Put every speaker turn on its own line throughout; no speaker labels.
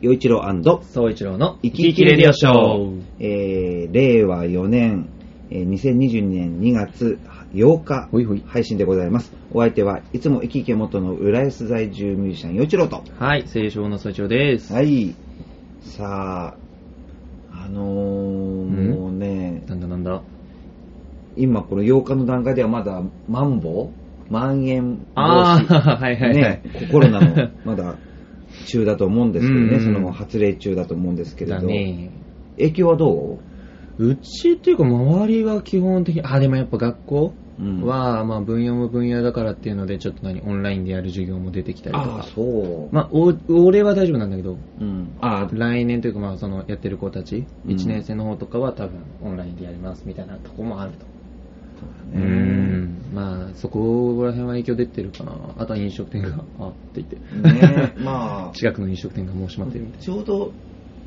洋一郎
総一郎の
生き生きレディオショー。えー、令和4年、えー2022年2月8日
ほいほい
配信でございます。お相手はいつも生き生き元の浦安在住ミュージシャン洋一郎と。
はい、清少の総一郎です。
はい。さあ、あのー、
ん
もうね、
なんだなんだ。
今この8日の段階ではまだマンボウまん延防
あ
止。
あ、はいはいはい。
ね、コロナのまだ中だと思うんですけどね、
うんうん
その発令中だと思うんですけれ
だ
ど、
ね。
影響はどう
うちっていうか周りは基本的に、あ、でもやっぱ学校
うん
は、まあ分野も分野だからっていうので、ちょっと何、オンラインでやる授業も出てきたりと
ああ
か。
そう、
まあ、お俺は大丈夫なんだけど、
うん、あ
来年というか、まあ、その、やってる子たち、
うん
1年生の方とかは多分、オンラインでやりますみたいなとこもあると。
そう
う
だね
ん。まあ、そこら辺は影響出てるかな。あとは飲食店が、あって言って。
ねまあ
近くの飲食店がもう閉まってるみたい
ちょうど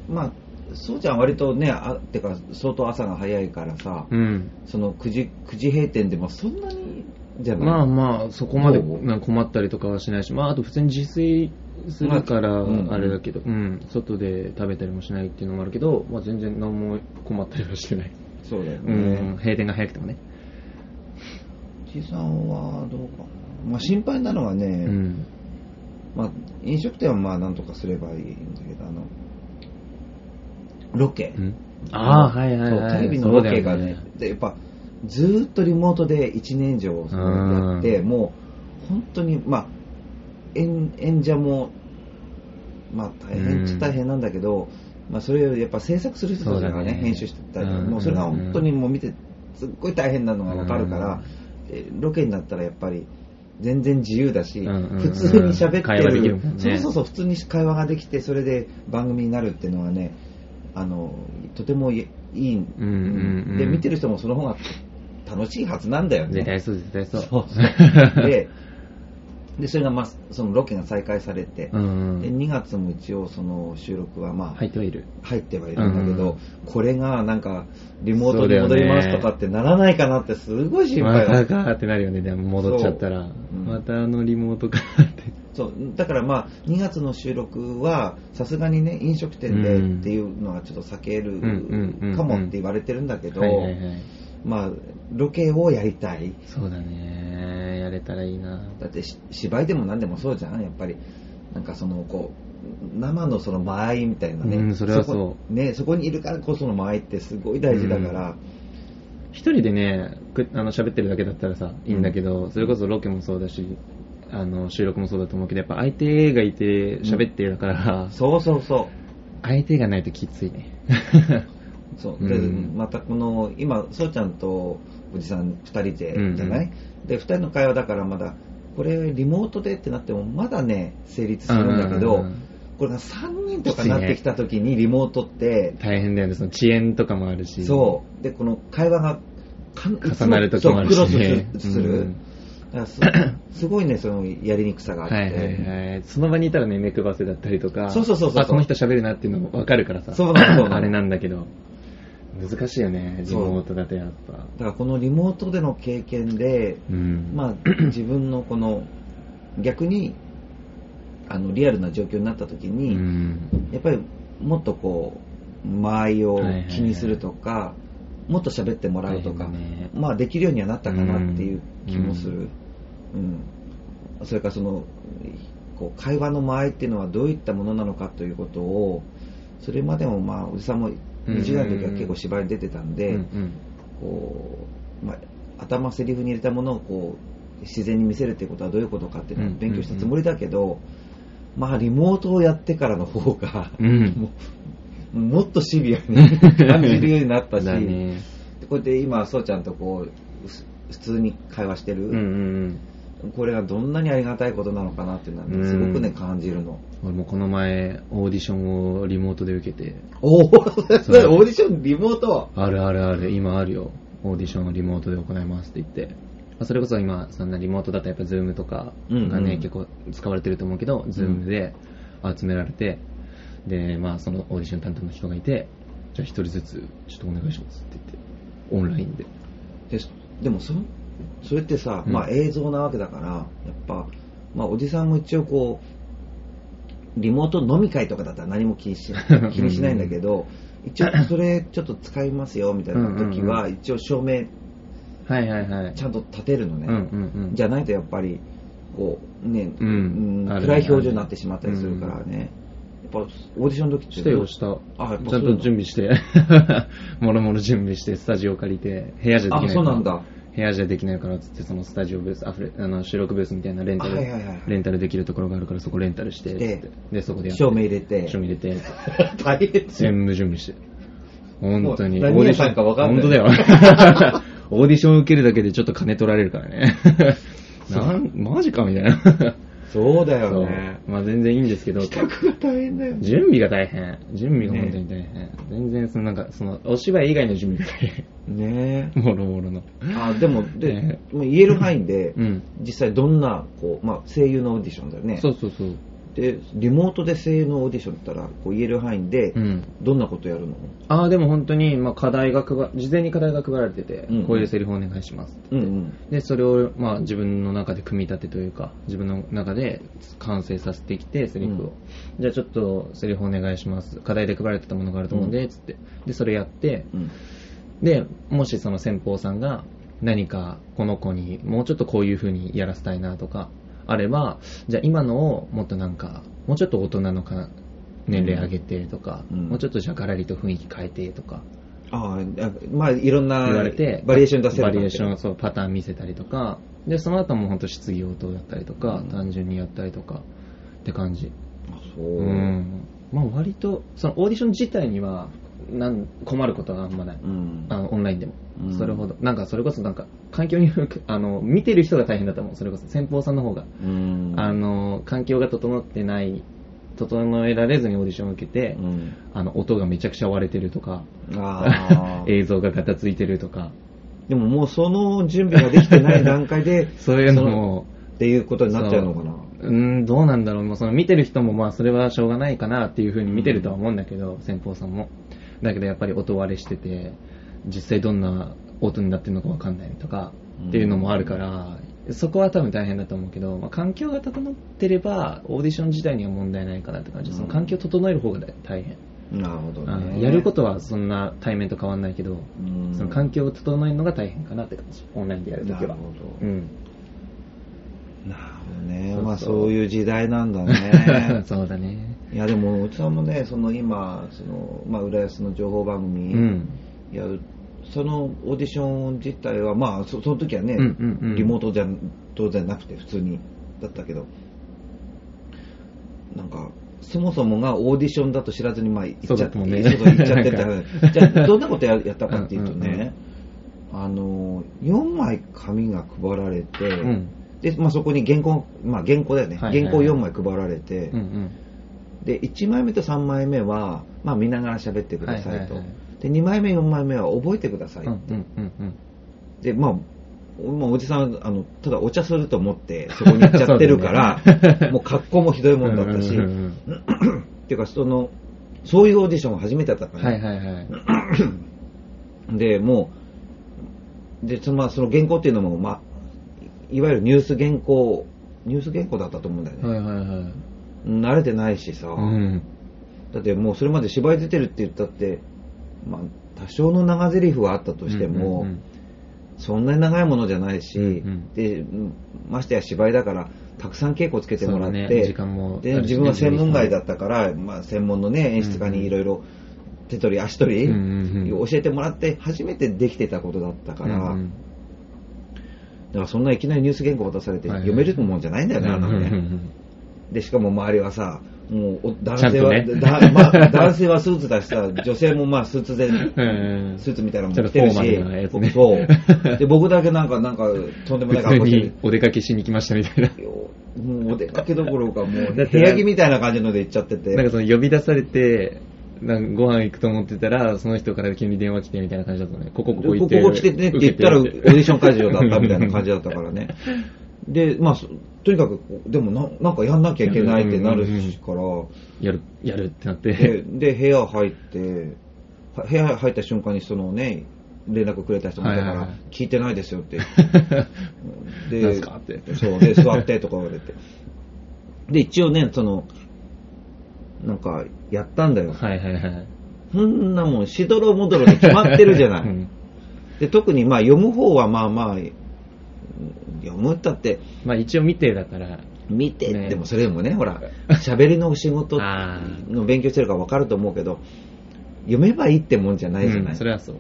まあそうちゃん割とねあてか相当朝が早いからさ、
な。うん。
その9時 ,9 時閉店でもそんなにじゃない、
まあまあ、そこまで
どう
なんか困ったりとかはしないし、まあ、あと普通に自炊するから
まあうん、
あれだけど、うん、外で食べたりもしないっていうのもあるけど、まあ全然何も困ったりはしてない。
そうだよ
う
ね、
ん、閉店が早くてもね。
じいさんはどうかな、まあ、心配なのはね、
うん。
まあ、飲食店はまあなんとかすればいいんだけどあのロケ、
うんああ、はいはいはい。
そうテレビのロケが
そうだ
ね
よ
でやっぱずーっとリモートで1年以上そのやってもう本当にまあ演演者もまあ大変っちゃ大変なんだけど、まあそれよりやっぱ制作する人たちが
そうだ
ね
ね
編集してたり、
うん
もうそれが本当にもう見てすっごい大変なのがわかるから、でロケになったらやっぱり全然自由だし、
うんうんうん
普通に喋ってる
会話できるもんね
そうそうそう普通に会話ができてそれで番組になるっていうのはねあのとてもいい、
うんうんうん
で見てる人もその方が楽しいはずなんだよ
絶
ね
対そう、絶対そう。
そうそう ででそれが、まあ、そのロケが再開されて、
うん
で2月も一応その収録はまあ、
入ってはいる。
入ってはいるんだけど、
うん
これがなんかリモー
そ
ト
う
に
だよね
戻りますとかってならないかなってすごい心
ま
配だ
たかーってなるよね、でも戻っちゃったら。
うん
またあのリモートかーって。
そうだからまあ2月の収録はさすがにね飲食店で
うん
っていうのはちょっと避ける
んうんうん
かもって言われてるんだけど、
はいはいはい。
まあロケをやりたい
そうだね。やれたらいいな。
だってし芝居でも何でもそうじゃんやっぱりなんかそのこう生のその間合いみたいなね、
うんそれはそう
こねそこにいるからこその間合いってすごい大事だから、
一人でね、くあの喋ってるだけだったらさ、いいんだけど、それこそロケもそうだし、あの収録もそうだと思うけど、やっぱ相手がいて喋ってるだから、
そうそうそう
相手がないときつい ね。
そうで
うん
またこの今そうちゃんとおじさん2人
う
で
んうん
じゃない、で2人の会話だからまだこれリモートでってなってもまだね成立するんだけ
う
ど
んうんうん
これが3人とかなってきた時にリモートって、
大変だよね、その遅延とかもあるし、
そうでこの会話がかんいつも
重なるときもあるし、
そうク
ね。
ロスすする、
うん
だ からすすごいねそのやりにくさがあっ
は
て、
いはいはい。その場にいたらね、目配せだったりとか、
そうそうそうそう
あ、この人喋るなっていうのもわかるからさ、
そうなのそうなの
あれなんだけど、難しいよね、リモートだとやっぱ。
だからこのリモートでの経験で
うん。
ま あ、自分のこの逆にあのリアルな状況になった時
う
に、
ん、
やっぱりもっとこう間合いを
はいはいはい
気にするとか、もっと喋ってもらうとか、
大変だね
まあできるようにはなったかなっていう気もする、うんそれからそのこう会話の間合いっていうのはどういったものなのかということをそれまでもまあおじさんも20代の時は結構芝居に出てたんで、
うんうん
こう、まあ、頭セリフに入れたものをこう自然に見せるっていうことはどういうことかっていうのを
うん
勉強したつもりだけど、まあリモートをやってからの方が、
うん
もうもっとシビア に感じるようになったし、
だね。
こうやって今そうちゃんとこうふ普通に会話してる、
うんうん
これがどんなにありがたいことなのかなっていうのはね、
うん
すごくね感じるの。
うん。俺もこの前、オーディションをリモートで受けて、
おお、オ ーディションリモート
あるあるある、今あるよ。オーディションをリモートで行いますって言って。まあそれこそ今、そんなリモートだとやっぱズームとかがね、
うんうん
結構使われてると思うけど、ズームで集められて、で、まあそのオーディション担当の人がいて、じゃあ一人ずつちょっとお願いしますって言って、オンラインで。
ででもそそれってさ、
うん
まあ、映像なわけだからやっぱ、まあ、おじさんも一応こうリモート飲み会とかだったら何も気 にし気にしないんだけど、一応それちょっと使いますよみたいな時
うん
は、一応照明
はいはいはい
ち。ゃんと立てるのね。
うんうんうん。
じ
ゃ
ゃないとやっぱり、こう、ね、
うん
うん
ある
暗い表情になってしまったりするからね。やっぱオーディションの時って。
してよ、した。
あ、やっぱ
ちゃんと準
備
備して、 もろもろ準備して、スタジオ借りて、部屋じゃできないから。
あ、そうなんだ。
部屋じゃできないからっつって、そのスタジオブース、アフレあの収録ブースみたいなレンタル、
はいはいはい
レンタルできるところがあるからそこレンタルして、
して
つってで、そこでやって
照明入れ て。
照明入れて、つって
大変。
全部準備して。本当に。
もう何屋さんか分かんない
オーディション本当だよ。 オーディション受けるだけでちょっと金取られるからね。なん、マジかみたいな。
そうだ
そ
よ
う
ね。。
まあ全然いいんですけど、
客が大変だよね。
準備が大変。準備が本当に大変。全然、そのなんか、その、お芝居以外の準備が大
ね
変。もろもろの。
あ、でも、で
ね、
もう言える範囲で
う、ん。
実際どんな、こう、まあ、声優のオーディションだよね。
そうそうそう。
で、リモートで声優のオーディションだったら、こう言える範囲で
う、ん。
どんなことやるの
ああ、でも本当に、まあ、課題が配、事前に課題が配られてて、
うん
こういうセリフをお願いします。
うんうん。
で、それを、まあ、自分の中で組み立てというか、自分の中で完成させてきて、セリフを。じゃあちょっと、セリフお願いします。課題で配られてたものがあると思うんで、つって。で、それやって、
うん。
で、もしその先方さんが、何かこの子にもうちょっとこういう風にやらせたいなとか、あれば、じゃあ今のをもっとなんか、もうちょっと大人のか年齢上げてとか、
うん
もうちょっとじゃあガラリと雰囲気変えてとか、
ああ、まあ、いろんな、
言われて、
バリエーション出せる
バ
なんて
リエーション、そう、パターン見せたりとか、で、その後も本当質疑応答だったりとか、
うん
単純にやったりとか、って感じ。
あそうう。
ん。まあ割と、そのオーディション自体には、なん困ることはあんまない。
うん
あの、オンラインでも
う。ん
それほど。なんか、それこそなんか、環境による、あの、見てる人が大変だと思う。それこそ、先方さんの方が。
うん
あの、環境が整ってない、整えられずにオーディションを受けて
う、ん
あの、音がめちゃくちゃ割れてるとか、
あー
映像がガタついてるとか、、
でももうその準備ができてない段階で
そういうのも、
っていうことになっちゃうのかな。
うーん、どうなんだろう。もうその見てる人も、まあ、それはしょうがないかなっていうふうに見てるとは思うんだけど、先方さんも。だけど、やっぱり音割れしてて、実際どんな音になってるのかわかんないとか、
うん
っていうのもあるから、そこは多分大変だと思うけど、まあ、環境が整ってれば、オーディション自体には問題ないかなって感じ。
うん
その環境を整える方が大変。
なるほど
あの
ね。
やることはそんな対面と変わんないけど、
うん、
その環境を整えるのが大変かなって感じ。オンラインでやると
な
き
る
は。
ほ
う
ど。
ん。
なるほどね。
そうそう
まあそういう時代なんだね。
そうだね。
いやでも、うちさんもね、その今、その、まあ浦安の情報番
う
組、
ん。
やるそのオーディション自体は、まあ、そその時はね、
うんうんうん
リモートじゃ当然なくて、普通にだったけど、なんか、そもそもがオーディションだと知らずに、まあ、行っちゃ
そうだったもんね
そうそう行っちゃってた
なん
じゃあどんなことややったかっていうとね、あの、4枚紙が配られて、
うん。
で、まあ、そこに原稿、まあ、原稿だよね、
はいはいは
原
い
稿4枚配られて、
うんうん。
で1枚目と3枚目は、まあ、見ながら喋ってくださいと、
はいはいはい
で2枚目4枚目は覚えてください、
うんうんうんうん。
でまあおまあおじさんはあのただお茶すると思ってそこに行っちゃってる から、もう格好もひどいもんだったし、
うんうんうん
っていうかそのそういうオーディションが初めてだったから、
はいはいはい。
でもうでその,、まあ、その原稿っていうのも、まあ、いいわゆるニュース原稿ニュース原稿だったと思うんだよね、
はいはいはい。
慣れてないしさ、
うん。
だってもうそれまで芝居出てるって言ったって、まあ、多少の長台詞はあったとしても、
うんうん
そんなに長いものじゃないし、
うんうん
でうんましてや芝居だからたくさん稽古つけてもらっ
そ
て、
うだね時間もあるしね
で自分は専門外だったから、まあ、専門の、ね、演出家にいろいろ手取り足取り、
うんうんうん
教えてもらって初めてできてたことだったから。
うんうん
だからそんないきなりニュース原稿渡されて
はいはい
読めるもんじゃないんだよね、あんなのね。
うんうんうん
で、しかも周りはさ、もうお男
ちゃん
性
と
は、
ね
だまあ、男性はスーツだしさ、女性もまあスーツで、
ん
スーツみたいなのも着てるし、
ちょっとフォーマルなやつね
そう。で、僕だけなんか、なんか、とんでもない
普
格
通
好して
に
る。
お出かけしに来ましたみたいな。
もうお出かけどころか、もう、
だ
部
って
屋着みたいな感じので行っちゃって
なんか
て、
その呼び出されて、なんかご飯行くと思ってたら、その人から急に電話来てみたいな感じだったね。ここここ行
こ
って。
こ来てねって言ったら、オーディション会場だったみたいな感じだったからね。で、まあ、そとにかくこう、でもな、なんかやんなきゃいけないってなるから、
やる、やるってなって。
でで、部屋入って、は部屋入った瞬間にそのね、連絡くれた人もいたか
はいはいは
ら
い、
聞いてないですよって。で
なんすかって
そう、で、座ってとか言われて。で、一応ね、その、なんか、やったんだよ。
はいはいはい。
そんなもん、しどろもどろで決まってるじゃない。
うん
で特にまあ読む方はまあまあ、うん読むったって、
まあ一応見てだから、
見て、
ね
でもそれでもね、ほら、喋りの仕事
あー
の勉強してるから分かると思うけど、読めばいいってもんじゃないじゃない。
うんそれはそう。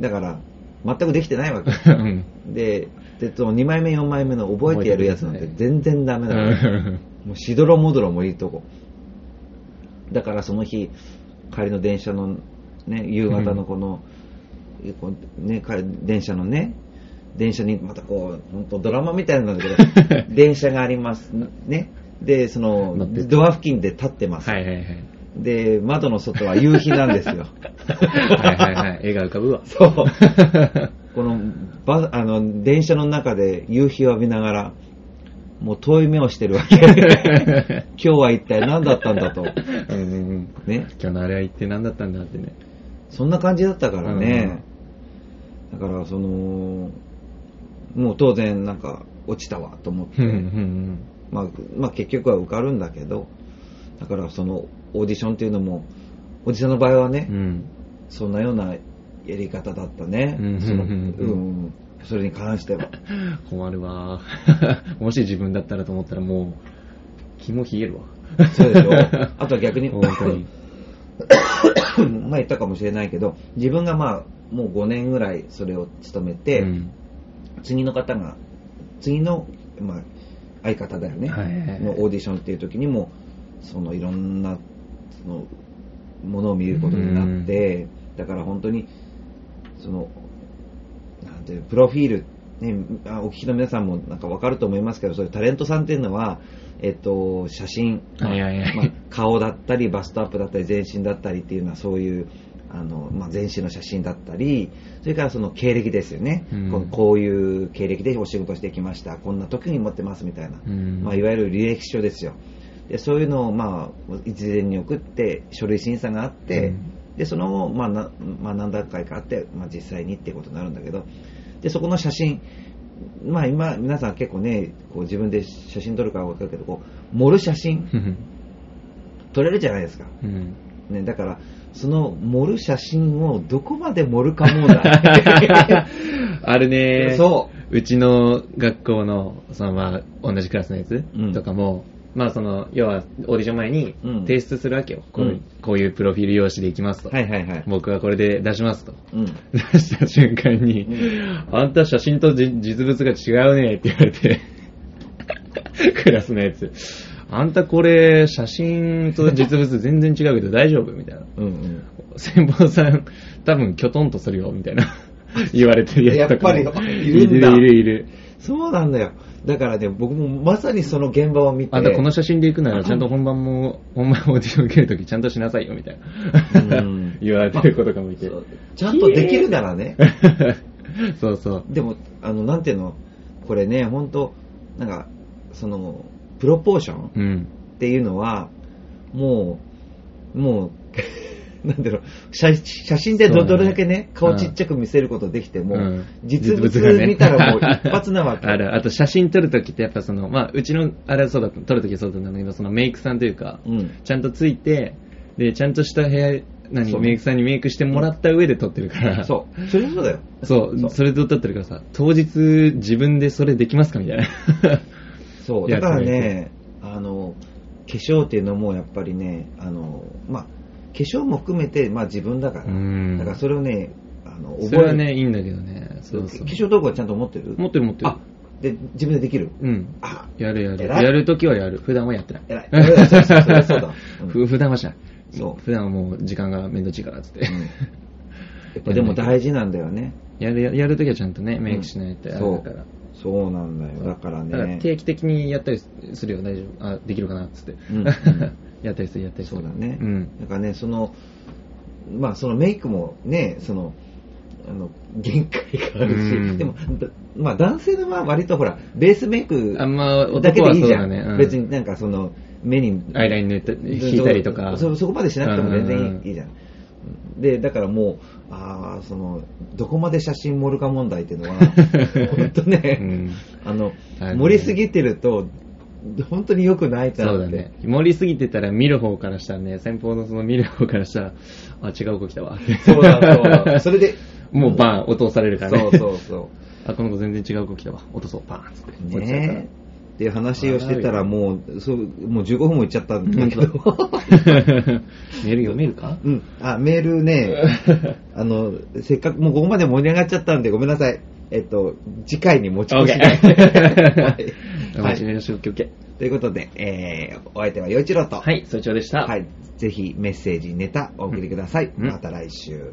だから、全くできてないわけ。
うん
で、でその2枚目、4枚目の覚えてやるやつなんて全然ダメだから、
うん
もうしどろもどろもいいとこ。だからその日、帰りの電車のね、夕方のこの、こうね、帰電車のね、電車にまたこう、本当ドラマみたいなんだけ ど、電車があります。ね。で、その
乗って、
ドア付近で立ってます。
はいはいはい。
で、窓の外は夕日なんですよ。
はいはい はい。絵が浮かぶわ。
そう。このバあの電車の中で夕日を浴びながら、もう遠い目をしてるわ け。今日は一体何だったんだと。
うんうんうん
ね。
今日のあれは一体何だったんだってね。
そんな感じだったからね。だから、その、もう当然なんか落ちたわと思って、
うんうん
まあ、まあ結局は受かるんだけど、だからそのオーディションっていうのも、おじさんの場合はね
うん。う、ん
そんなようなやり方だったね。
うん
その
うん
うんそれに関しては。
困るわ。 もし自分だったらと思ったらもう、気も冷えるわ。
そう でしょ。あとは逆に、
本 当に。
前言ったかもしれないけど、自分がまあ、もう5年ぐらいそれを務めて、
うん
次の方が、次の、まあ、相方だよね、
はいはいはい
のオーディションっていう時にも、そのいろんなそのものを見ることになって、だから本当に、その、なんていう、プロフィール、ね、あお聞きの皆さんもなんかわかると思いますけど、そういうタレントさんっていうのは、えっと、写真、
はいはいはい
まあ顔だったり、バストアップだったり、全身だったりっていうのは、そういう、あの、まあ、全身の写真だったり、それからその経歴ですよね。
うん
このこういう経歴でお仕事してきました。こんな時に持ってますみたいな。
うん
まあ、いわゆる履歴書ですよ。で、そういうのを、まあ、一前に送って、書類審査があって、
うん
で、その後、まあ、なまあ、何段階かあって、まあ、実際にっていうことになるんだけど、で、そこの写真、まあ、今、皆さん結構ね、こう自分で写真撮るからわかるけど、こう、盛る写真、撮れるじゃないですか。
うん
ね、だから、その盛る写真をどこまで盛るか問 題。
あるね。
そう
うちの学校の、そのまあ、同じクラスのやつ
うん
とかも、まあその、要はオーディション前に
うん
提出するわけよ。こういう
うん
こういうプロフィール用紙でいきますと。
はいはいはい。
僕はこれで出しますと。
うん。
出した瞬間に、
う
あんた写真とじ実物が違うねって言われて、 クラスのやつ、あんたこれ写真と実物全然違うけど大丈夫みたいな。
うんうん。
先方さん、多分キョトンとするよ、みた いな言われてるやつとかも。
やっぱりいるんだ
いるいるいる。
そうなんだよ。だからね、僕もまさにその現場を見て。
あんたこの写真で行くならちゃんと本番も、 本番オーディション受けるときちゃんとしなさいよ、みたいな
うん
言われてることかもいて
そ。うちゃんとできるならね。
そうそう。
でも、あの、なんていうの、これね、本当なんか、その、プロポーション
うん。
っていうのは、もう、もう、 なんだろう写、写真でど
そうだね
どれだけね、顔ちっちゃく見せることできても、
うん
実
実物が
物
ね
見たらもう一発なわけ。
ある。あと写真撮るときってやっぱその、まあ、うちの、あれはそうだった、撮るときそうだったんだけど、そのメイクさんというか、
うん。
ちゃんとついて、で、ちゃんとした部屋、何、
そう
メイクさんにメイクしてもらった上で撮ってるから。
そう。それはそうだよ。
そ
そ
う。そうう、それで撮ってるからさ、当日自分でそれできますかみたいな。
そう。
いや
だからね、あの、化粧っていうのもやっぱりね、あの、まあ、化粧も含めて、まあ自分だから。
うん
だからそれをね、あの、
それは
る
ね、いいんだけどね。そうそ
化
う。
粧道具はちゃんと持ってる
持ってる持ってる
あ。、で、自分でできる
うん。
あ、
やるやる。
偉い
やるときはやる。普段はやってない。
偉い。うんそうそうそうそうだ。うん
ふ普段はしない。
そう
普段はもう時間がめんどっちいからっつって。
うんやっぱでも大事なんだよね。
やる、やるときはちゃんとね、メイクしないとやるから。
そうなんだよ。だから
だから
ね。
定期的にやったりするよ、大丈夫。あ、できるかなっつって。
うん
やったりする、やったりす
そ
る。
うだね。
うん。
だからね、その、まあそのメイクもね、その、あの、限界があるし、
うん
でも、だまあ男性のは割とほら、ベースメイク
あんま
だけで
男はい
い
そう
じゃ
だ
ん。
ね。うん
別になんかその、目に
アイライン塗った引いたりとか。
そそこまでしなくても全
う
然
ん
いいじゃん。で、だからもう、ああ、その、どこまで写真盛る か問題っていうのは、本当ね、
うん
あの、
はい
盛りすぎてると、本当に良くないか
そ
ら
うだね。盛りすぎてたら見る方からしたらね、先方のその見る方からしたら、あ、違う子来たわって。
そうだそう だ。それで、
もうバーン落とされるからね。
そうそうそ
あ、この子全然違う子来たわ。落とそう、バーンっつって。
う。
落ちちゃうから
ねえ。っていう話をしてたらもう、そう、もう15分もいっちゃったんだけど。
メール読める か
うん。あ、メール ね、あの、せっかく、もうここまで盛り上がっちゃったんでごめんなさい。えっと、次回に持 ち越しで
OK
は
はいい。メールしよう OK。
ということで、えー、お相手は陽一郎と。
はい、そちらでした。
はい。ぜひメッセージ、ネタお送りください。
うん
また来週。